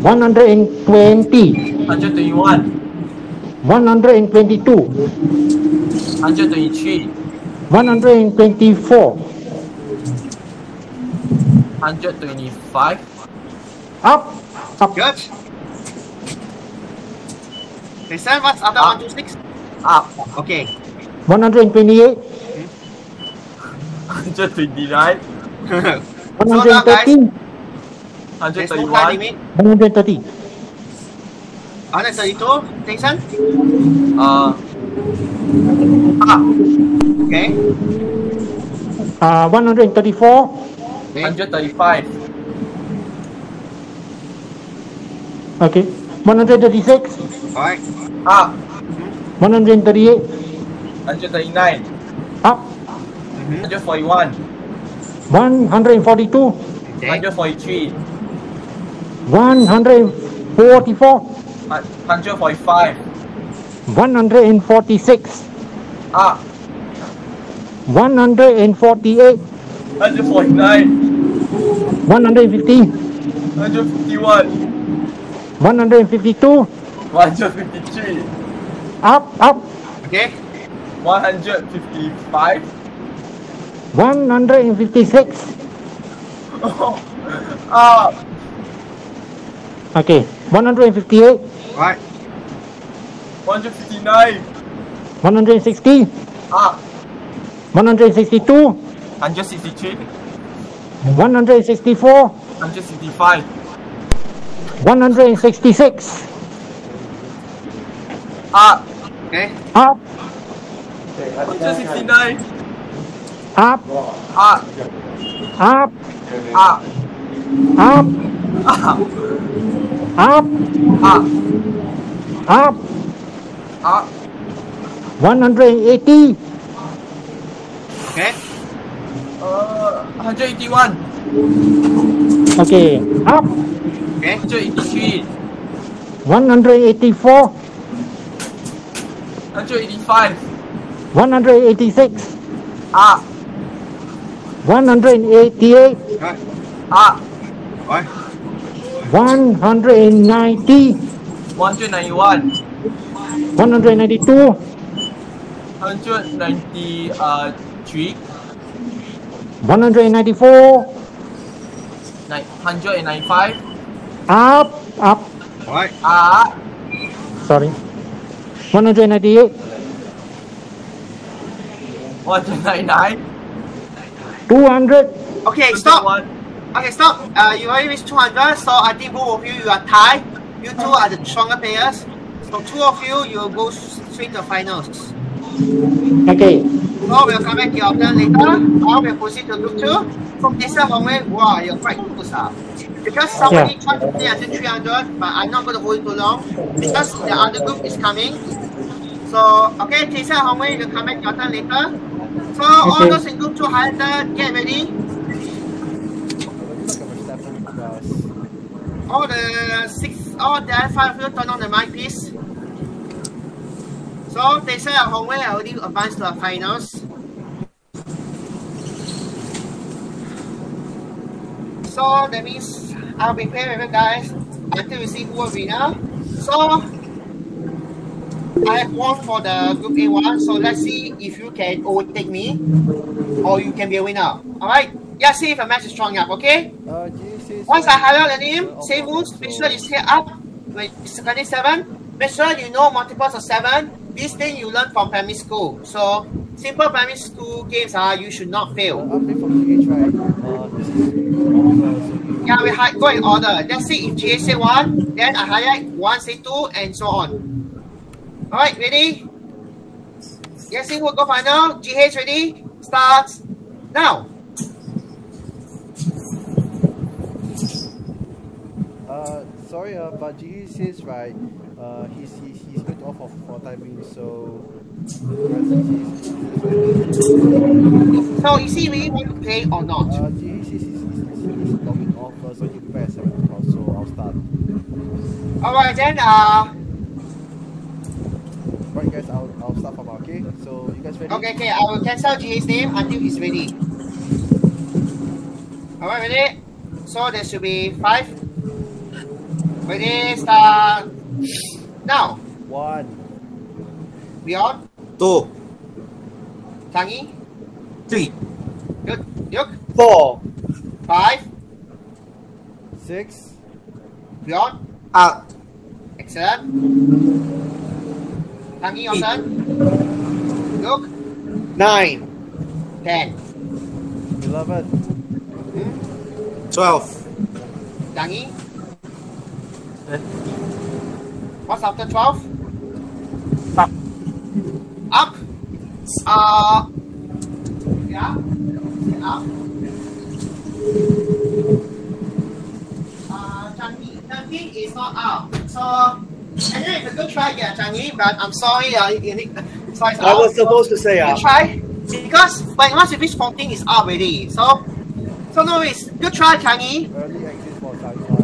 H: 120,
Q: 121,
H: 122,
Q: 123,
H: 124,
Q: 125,
H: up, up,
D: Good. Listen, what's other one, two, six?
Q: Up.
D: Okay.
H: 128,
Q: 129,
D: So now, guys,
H: 113,
D: there's no
Q: 131,
D: time limit.
H: 130,
D: 132, Jason?
Q: uh,
D: Ah. Okay.
H: uh, 134,
Q: 135,
H: okay, 136,
D: Alright.
Q: up,
H: 138,
Q: 139,
H: up,
Q: 141,
H: 142,
Q: 143,
H: 144,
Q: 145,
H: 146,
Q: up,
H: 148,
Q: 149,
H: 150,
Q: 151,
H: 152,
Q: 153,
H: up, up,
D: Okay.
Q: 155,
H: 156,
Q: up,
H: okay, 158,
D: Alright.
Q: 159,
H: 160,
Q: up,
H: 162,
Q: 163,
H: 164,
Q: 165,
H: 166,
Q: up,
D: Okay.
H: up,
Q: 169, up,
H: up, up,
Q: up,
H: up,
Q: up,
H: up,
Q: up,
H: up,
Q: up,
H: 180,
D: Okay.
Q: uh, 181,
H: okay, up,
D: Okay.
Q: 183,
H: 184,
Q: 185,
H: 186,
Q: up,
H: 188,
D: Alright.
Q: up,
D: Alright.
H: 190,
Q: 191,
H: 192,
Q: 193,
H: 194,
Q: 195,
H: up, up,
D: Alright.
Q: up,
H: sorry, 198,
Q: 199,
H: 200,
D: Okay, stop. Okay, stop. Uh, you already reached 200, so I think both of you, you are tied. You two are the stronger players. So two of you, you will go s- straight to finals.
H: okay,
D: So we'll come back to your turn later. Now we'll proceed to group two. From this time onward, wow, you're quite close. Huh? Because somebody
H: Yeah.
D: tried to play until 300, but I'm not going to hold it too long because the other group is coming. So, okay, Tisa, how many you come back your turn later? So, all
A: Okay.
D: those in group 200, get ready. All the six, all the five of you turn on the mic, please. So, Tisa and Hongwei are already advanced to the finals. So that means I'll be playing with you guys until we see who will winner. So I have won for the group A1. So let's see if you can overtake me or you can be a winner. Alright? Yeah, see if a match is strong enough, okay? Once I highlight the name, say who's, make sure you stay up when it's secondary seven. Make sure you know multiples of seven. This thing you learn from primary school. So simple primary school games are you should not fail. Yeah, we hi- go in order. Let's see if GA say one, then I highlight one say two, and so on. Alright, ready? Yes, see we'll go final. GH ready? Starts now.
A: Uh, sorry, uh, but GE says right, uh, he's, he's, he's going to off of for timing, so. Uh,
D: So you see, we want to play or not?
A: Uh, GE says he's, he's, he's logging off first, so he'll be back at 7 o'clock, so I'll start.
D: Alright then, uh,
A: Right, guys, I'll, I'll start from now, okay? So, you guys ready?
D: okay, okay, I will cancel GA's name until he's ready. Alright, ready? So there should be five. Ready, start now.
A: One.
D: Beyond,
B: Two,
D: Changi,
B: three,
D: Yuk, Yuk,
B: four,
D: five,
A: six,
D: Beyond,
B: up,
D: excellent. Changi, your turn. Yuk,
B: nine,
D: ten.
A: 11,
B: twelve,
D: Changi. What's after twelve? Up. Up. Uh. Yeah. Up. Uh, Changi. Changi is not up. So. I know it's a good try, yeah, Changi, but I'm sorry. Uh, you need, sorry, it's
M: I was
D: up.
M: supposed to say
D: You
M: up.
D: try because when once you reach 14 it's up already. So so no it's good try Changi.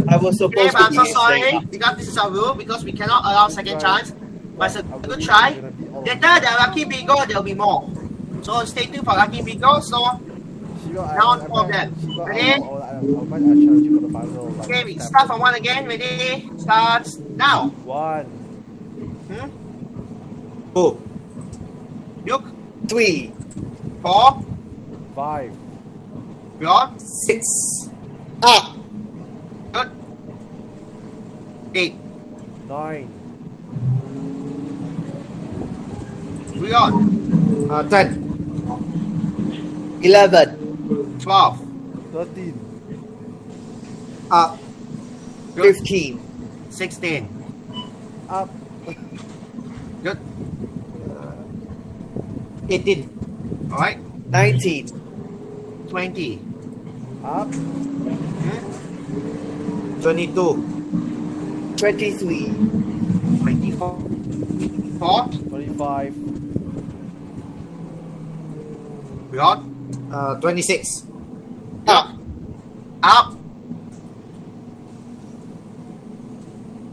M: I was
D: Okay,
M: supposed
D: but I'm
M: to
D: so
M: be saying
D: sorry
M: up.
D: because this is our rule because we cannot allow second chance. But it's a good try. Later the lucky bingo there'll be more. So stay tuned for lucky bingo. So now on four of them.
A: I'll
D: Ready?
A: might I'll challenge you for the final. Like,
D: Okay, we start from one again. Ready? Start now.
A: One,
D: Hmm?
B: two,
D: Look,
B: three,
D: four,
A: five,
D: beyond,
B: six, up,
D: Ah. good, eight,
A: nine,
D: beyond,
B: uh, ten, eleven,
D: twelve,
A: 13,
B: up,
D: good,
B: fifteen,
D: sixteen.
A: up,
D: Good.
B: Uh, eighteen,
D: All right.
B: nineteen,
D: 20.
A: up,
B: twenty-two,
M: Twenty-three.
D: 24. 4.
A: 25,
D: Beyond.
B: uh, twenty-six,
D: Up. Up.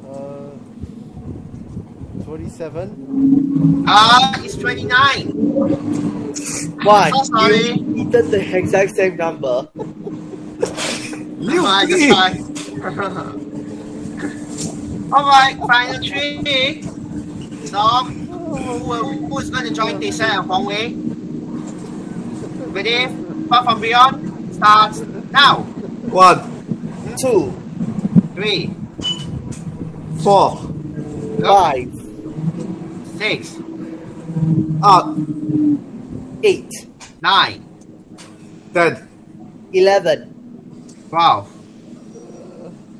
A: uh, 27,
D: Ah, it's 29.
M: Why?
D: So sorry.
M: You repeated the exact same number.
D: Come on, just try. Alright, final three. So, who, who, who's going to join Tisa and Huang Wei? Ready? Far from beyond. Starts now.
B: one, two,
D: Three,
B: four, five,
D: six,
B: up,
M: Eight,
D: nine,
B: ten,
M: eleven,
D: twelve,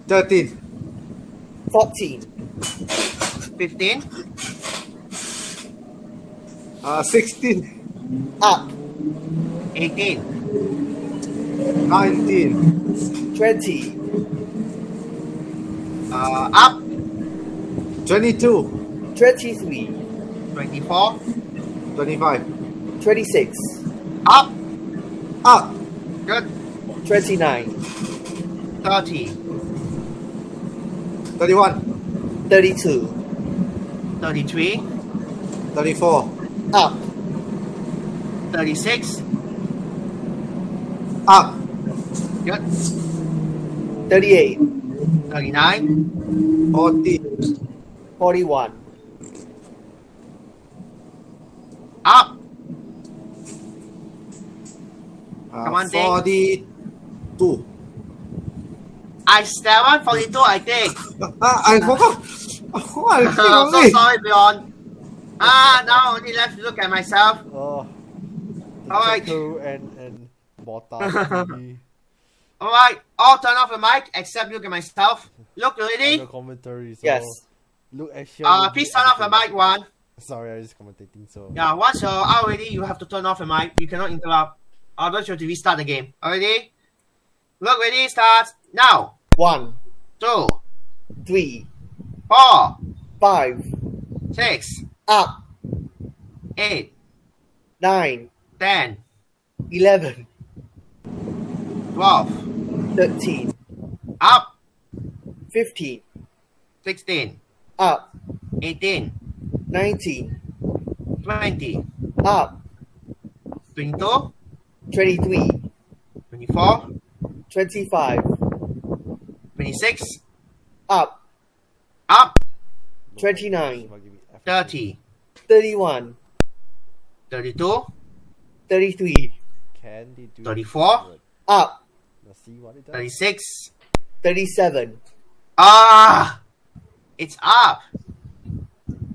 B: thirteen,
M: fourteen,
D: fifteen.
B: uh, sixteen,
M: up,
D: 18,
B: nineteen,
M: twenty,
D: Uh, up.
B: 22.
M: 23.
D: 24.
B: 25.
M: 26.
D: Up.
B: Up.
D: Good.
M: 29.
D: 30.
B: 31.
M: 32.
D: 33.
B: 34.
M: Up.
D: 36.
B: Up.
D: Good.
M: 38.
D: 39.
B: 40.
M: 41.
D: Up.
B: Uh,
D: Come on, Dave.
B: 42.
D: I stand on 42, I think.
B: Ah, I forgot. Oh,
D: I'm
B: forgot
D: so
B: already.
D: sorry, Bjorn. Ah, now only left to look at myself.
A: Oh.
D: Alright.
A: Taco and and Bota.
D: Alright, all turn off the mic except look at myself. Look, lady.
A: the commentary. So
D: Yes.
A: Look at Sean.
D: Uh, please turn off the mic, one.
A: Sorry, I was just commentating. So
D: Yeah, once you're out ready, you have to turn off the mic. You cannot interrupt. Otherwise, you have to restart the game. Already? Look, ready, start now.
M: One,
D: two,
M: three,
D: four,
M: five,
D: six,
M: up,
D: eight,
M: nine,
D: ten,
M: eleven,
D: twelve,
M: thirteen,
D: up,
M: fifteen,
D: sixteen,
M: up,
D: eighteen,
M: nineteen,
D: twenty,
M: up,
D: twenty-two,
M: twenty-three,
D: twenty-four,
M: twenty-five,
D: twenty-six,
M: up,
D: up,
M: twenty-nine,
D: thirty,
M: thirty-one,
D: thirty-two,
M: thirty-three,
A: can they do?
D: thirty-four,
M: up,
A: Let's see what it does.
D: thirty-six.
M: thirty-seven,
D: Ah, it's up.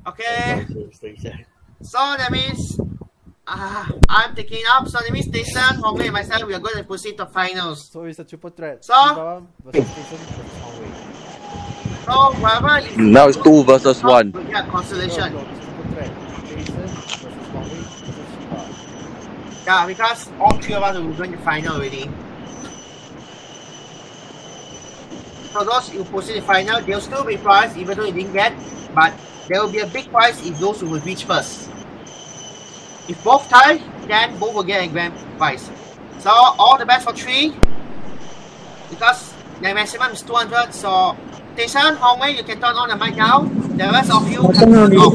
D: Okay. So that means ah, I'm taking up. So that means Jason, Hong Lei, and myself, we are going to proceed to finals.
A: So it's a triple threat.
D: So,
A: Sivawam versus Jason versus Hong Wei.
D: so whoever is
I: Mm-hmm.
N: Now it's two versus one.
D: will get consolation.
A: Triple threat. Jason versus Hong Wei versus Shiva.
D: Yeah, because all three of us are going to final already. For those who proceed to final, they'll still be prize even though you didn't get, but there will be a big prize if those who will reach first. If both tie, then both will get a grand prize. So all the best for three. Because the maximum is 200, so Tayshan, Hongwei, you can turn on the mic now. The rest of you have to go.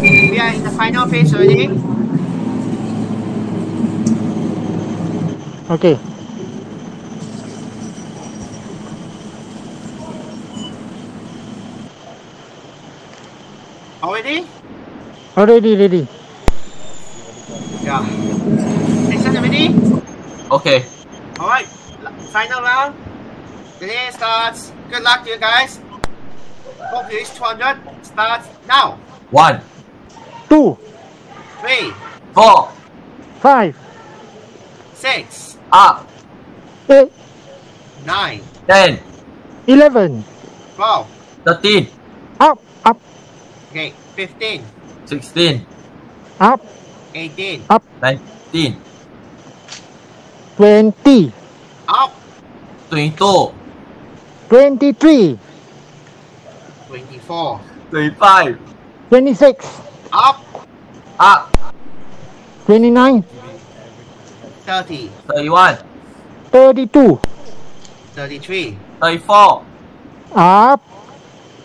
D: We are in the final phase already.
H: Okay.
D: Already?
H: Already ready.
D: Yeah. Jason, ready?
Q: Okay.
D: Alright, la- final round. The day starts. Good luck to you guys. Hope you reach 200. Starts now.
Q: One,
H: Two,
D: Three,
Q: four,
H: five,
D: six,
Q: up,
H: eight,
D: nine,
Q: ten,
H: eleven,
D: twelve.
Q: thirteen,
H: up, up,
D: Okay, 15,
Q: sixteen,
H: up,
D: 18,
H: up,
Q: nineteen,
H: twenty,
D: up,
Q: twenty-two,
H: twenty-three,
D: 24,
Q: twenty-five,
H: twenty-six,
D: up,
Q: up,
H: twenty-nine,
D: 30,
Q: thirty-one,
H: thirty-two,
D: 33.
Q: thirty-four,
H: up,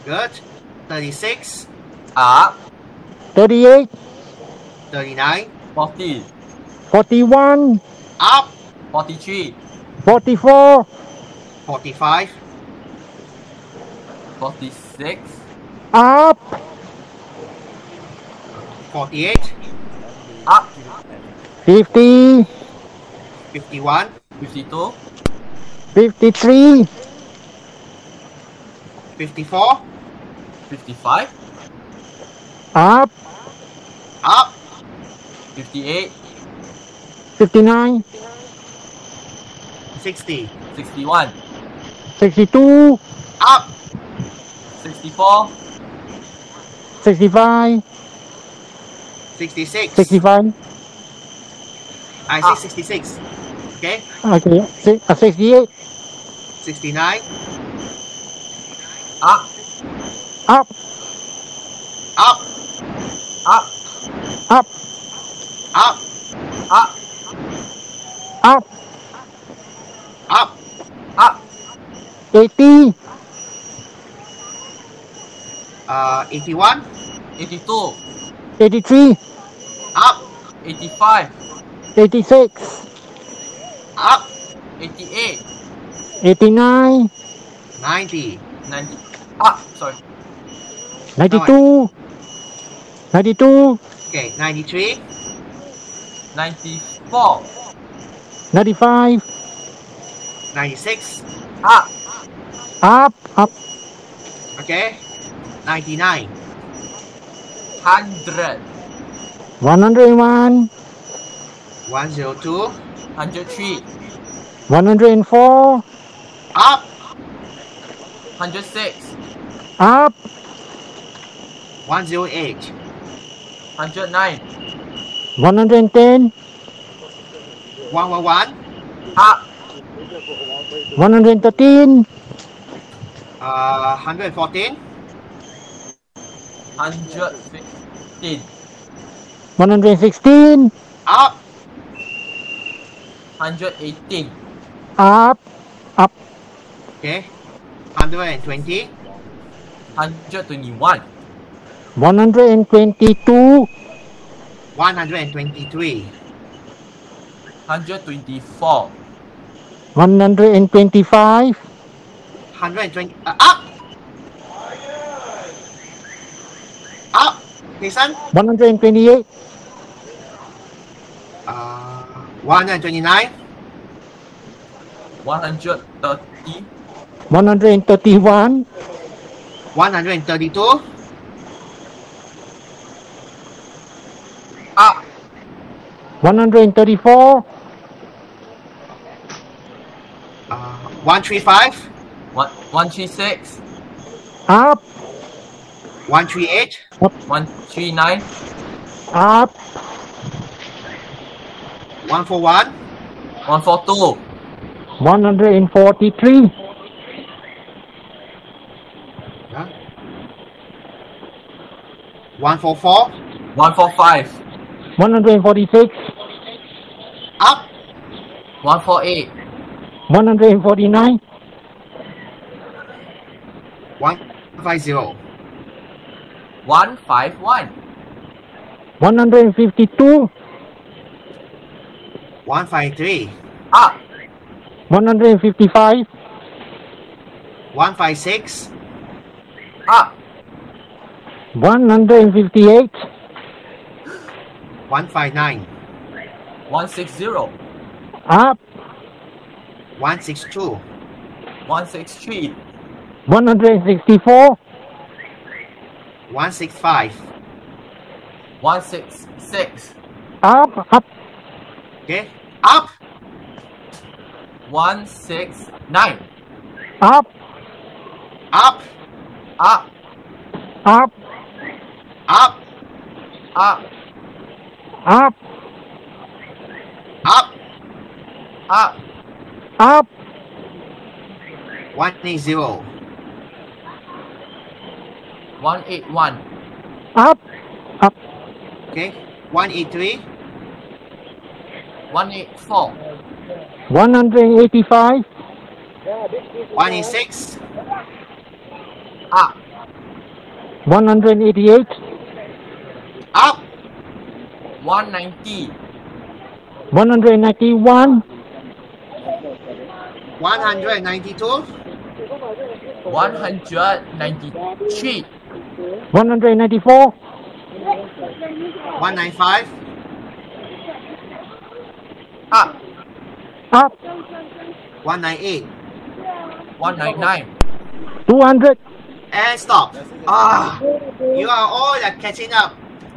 D: Good. 36,
Q: up,
H: thirty-eight,
D: 39,
Q: forty,
H: forty-one,
D: up,
Q: forty-three,
H: forty-four,
D: 45,
Q: forty-six,
H: up,
D: 48,
Q: up,
H: fifty,
D: 51,
Q: fifty-two,
H: fifty-three,
D: 54,
Q: fifty-five,
H: up,
D: up,
Q: fifty-eight,
H: fifty-nine,
D: 60,
Q: sixty-one,
H: sixty-two,
D: up,
Q: sixty-four,
H: sixty-five,
D: 66.
H: sixty-five.
D: I say 66. Okay,
H: Okay, si- uh, sixty-eight,
D: 69, Up.
H: Up.
D: Up. Up.
H: Up.
D: Up. Up.
H: Up.
D: Up. Up.
H: 80.
D: Uh, 81. 82.
H: 83.
D: Up. 85.
H: 86.
D: Up. 88.
H: 89.
D: 90. 90. Up. Sorry.
H: 92. 92.
D: Okay. 93. 94.
H: 95.
D: 96. Up.
H: Up. Up.
D: Okay. 99. 100.
H: 101.
D: 102. 103.
H: 104.
D: Up. 106.
H: Up.
D: 108. 109.
H: 110.
D: 111. Up.
H: 113.
D: Uh, 114. 115.
H: 116.
D: Up. 118.
H: Up. Up.
D: Okay. 120. 121.
H: 122.
D: 123. 124.
H: 125.
D: 120. Uh, up! Up! Nissan?
H: 128.
D: Uh, 129. 130.
H: 131.
D: 132. Up!
H: 134.
D: Uh, 135. 136.
H: Up.
D: 138.
H: Up.
D: 139.
H: Up.
D: 141. 142.
H: 143.
D: Huh? 144. 145.
H: 146.
D: Up. 148.
H: 149.
D: 150. 151.
H: 152.
D: 153. Up.
H: 155.
D: 156. Up.
H: 158.
D: 159. 160.
H: Up.
D: 162. 163.
H: 164.
D: 165. 166.
H: Up. Up.
D: Okay. Up. 169.
H: Up.
D: Up. Up.
H: Up.
D: Up. Up.
H: Up.
D: Up. Up.
H: Up.
D: 180. 181.
H: Up. Up.
D: Okay. 183. 184.
H: 185.
D: 186. Up.
H: 188.
D: Up. 190.
H: 191.
D: 192. 193.
H: 194.
D: 195. Up.
H: Up.
D: 198. 199.
H: 200.
D: And stop. Ah, you are all like catching up.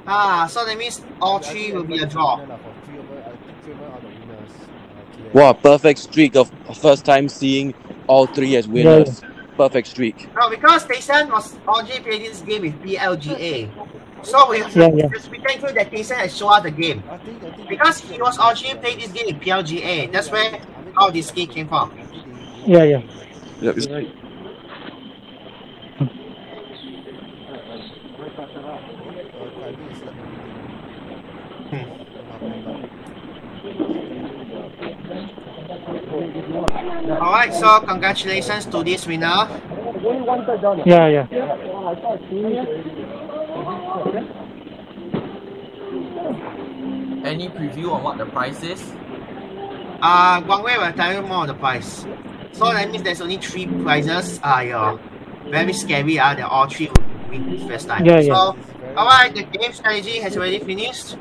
D: Ah, so that means all three will be a draw.
N: Wow, perfect streak of first time seeing all three as winners. Perfect streak.
D: No, because Taysen was already playing this game with PLGA. So we,
N: Yeah, yeah.
D: we thankful that Taysen has shown us the game. Because he was already playing this game with PLGA. That's where how this game came from.
H: Yeah, yeah.
N: That was-
D: All right, so congratulations to this winner.
H: Yeah, yeah.
Q: Any preview on what the price is?
D: Uh, Guangwei will tell you more on the price. So that means there's only three prizes. Uh, yeah, very scary. Uh, they're all three would win first time.
H: Yeah, yeah.
D: so, all right, the game strategy has already finished.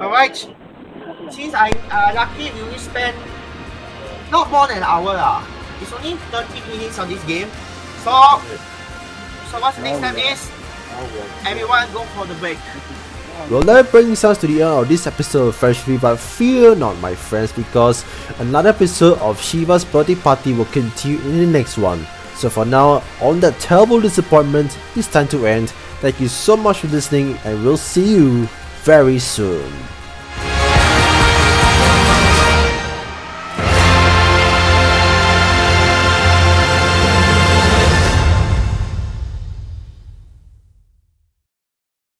D: All right, since I uh, lucky, we only spent not more than an hour. lah. It's only 30 minutes on this game. So, so what's the next time is everyone go for the break.
A: Well, that brings us to the end of this episode of Fresh Free, but fear not, my friends, because another episode of Shiva's birthday party will continue in the next one. So for now, on that terrible disappointment, it's time to end. Thank you so much for listening, and we'll see you very soon.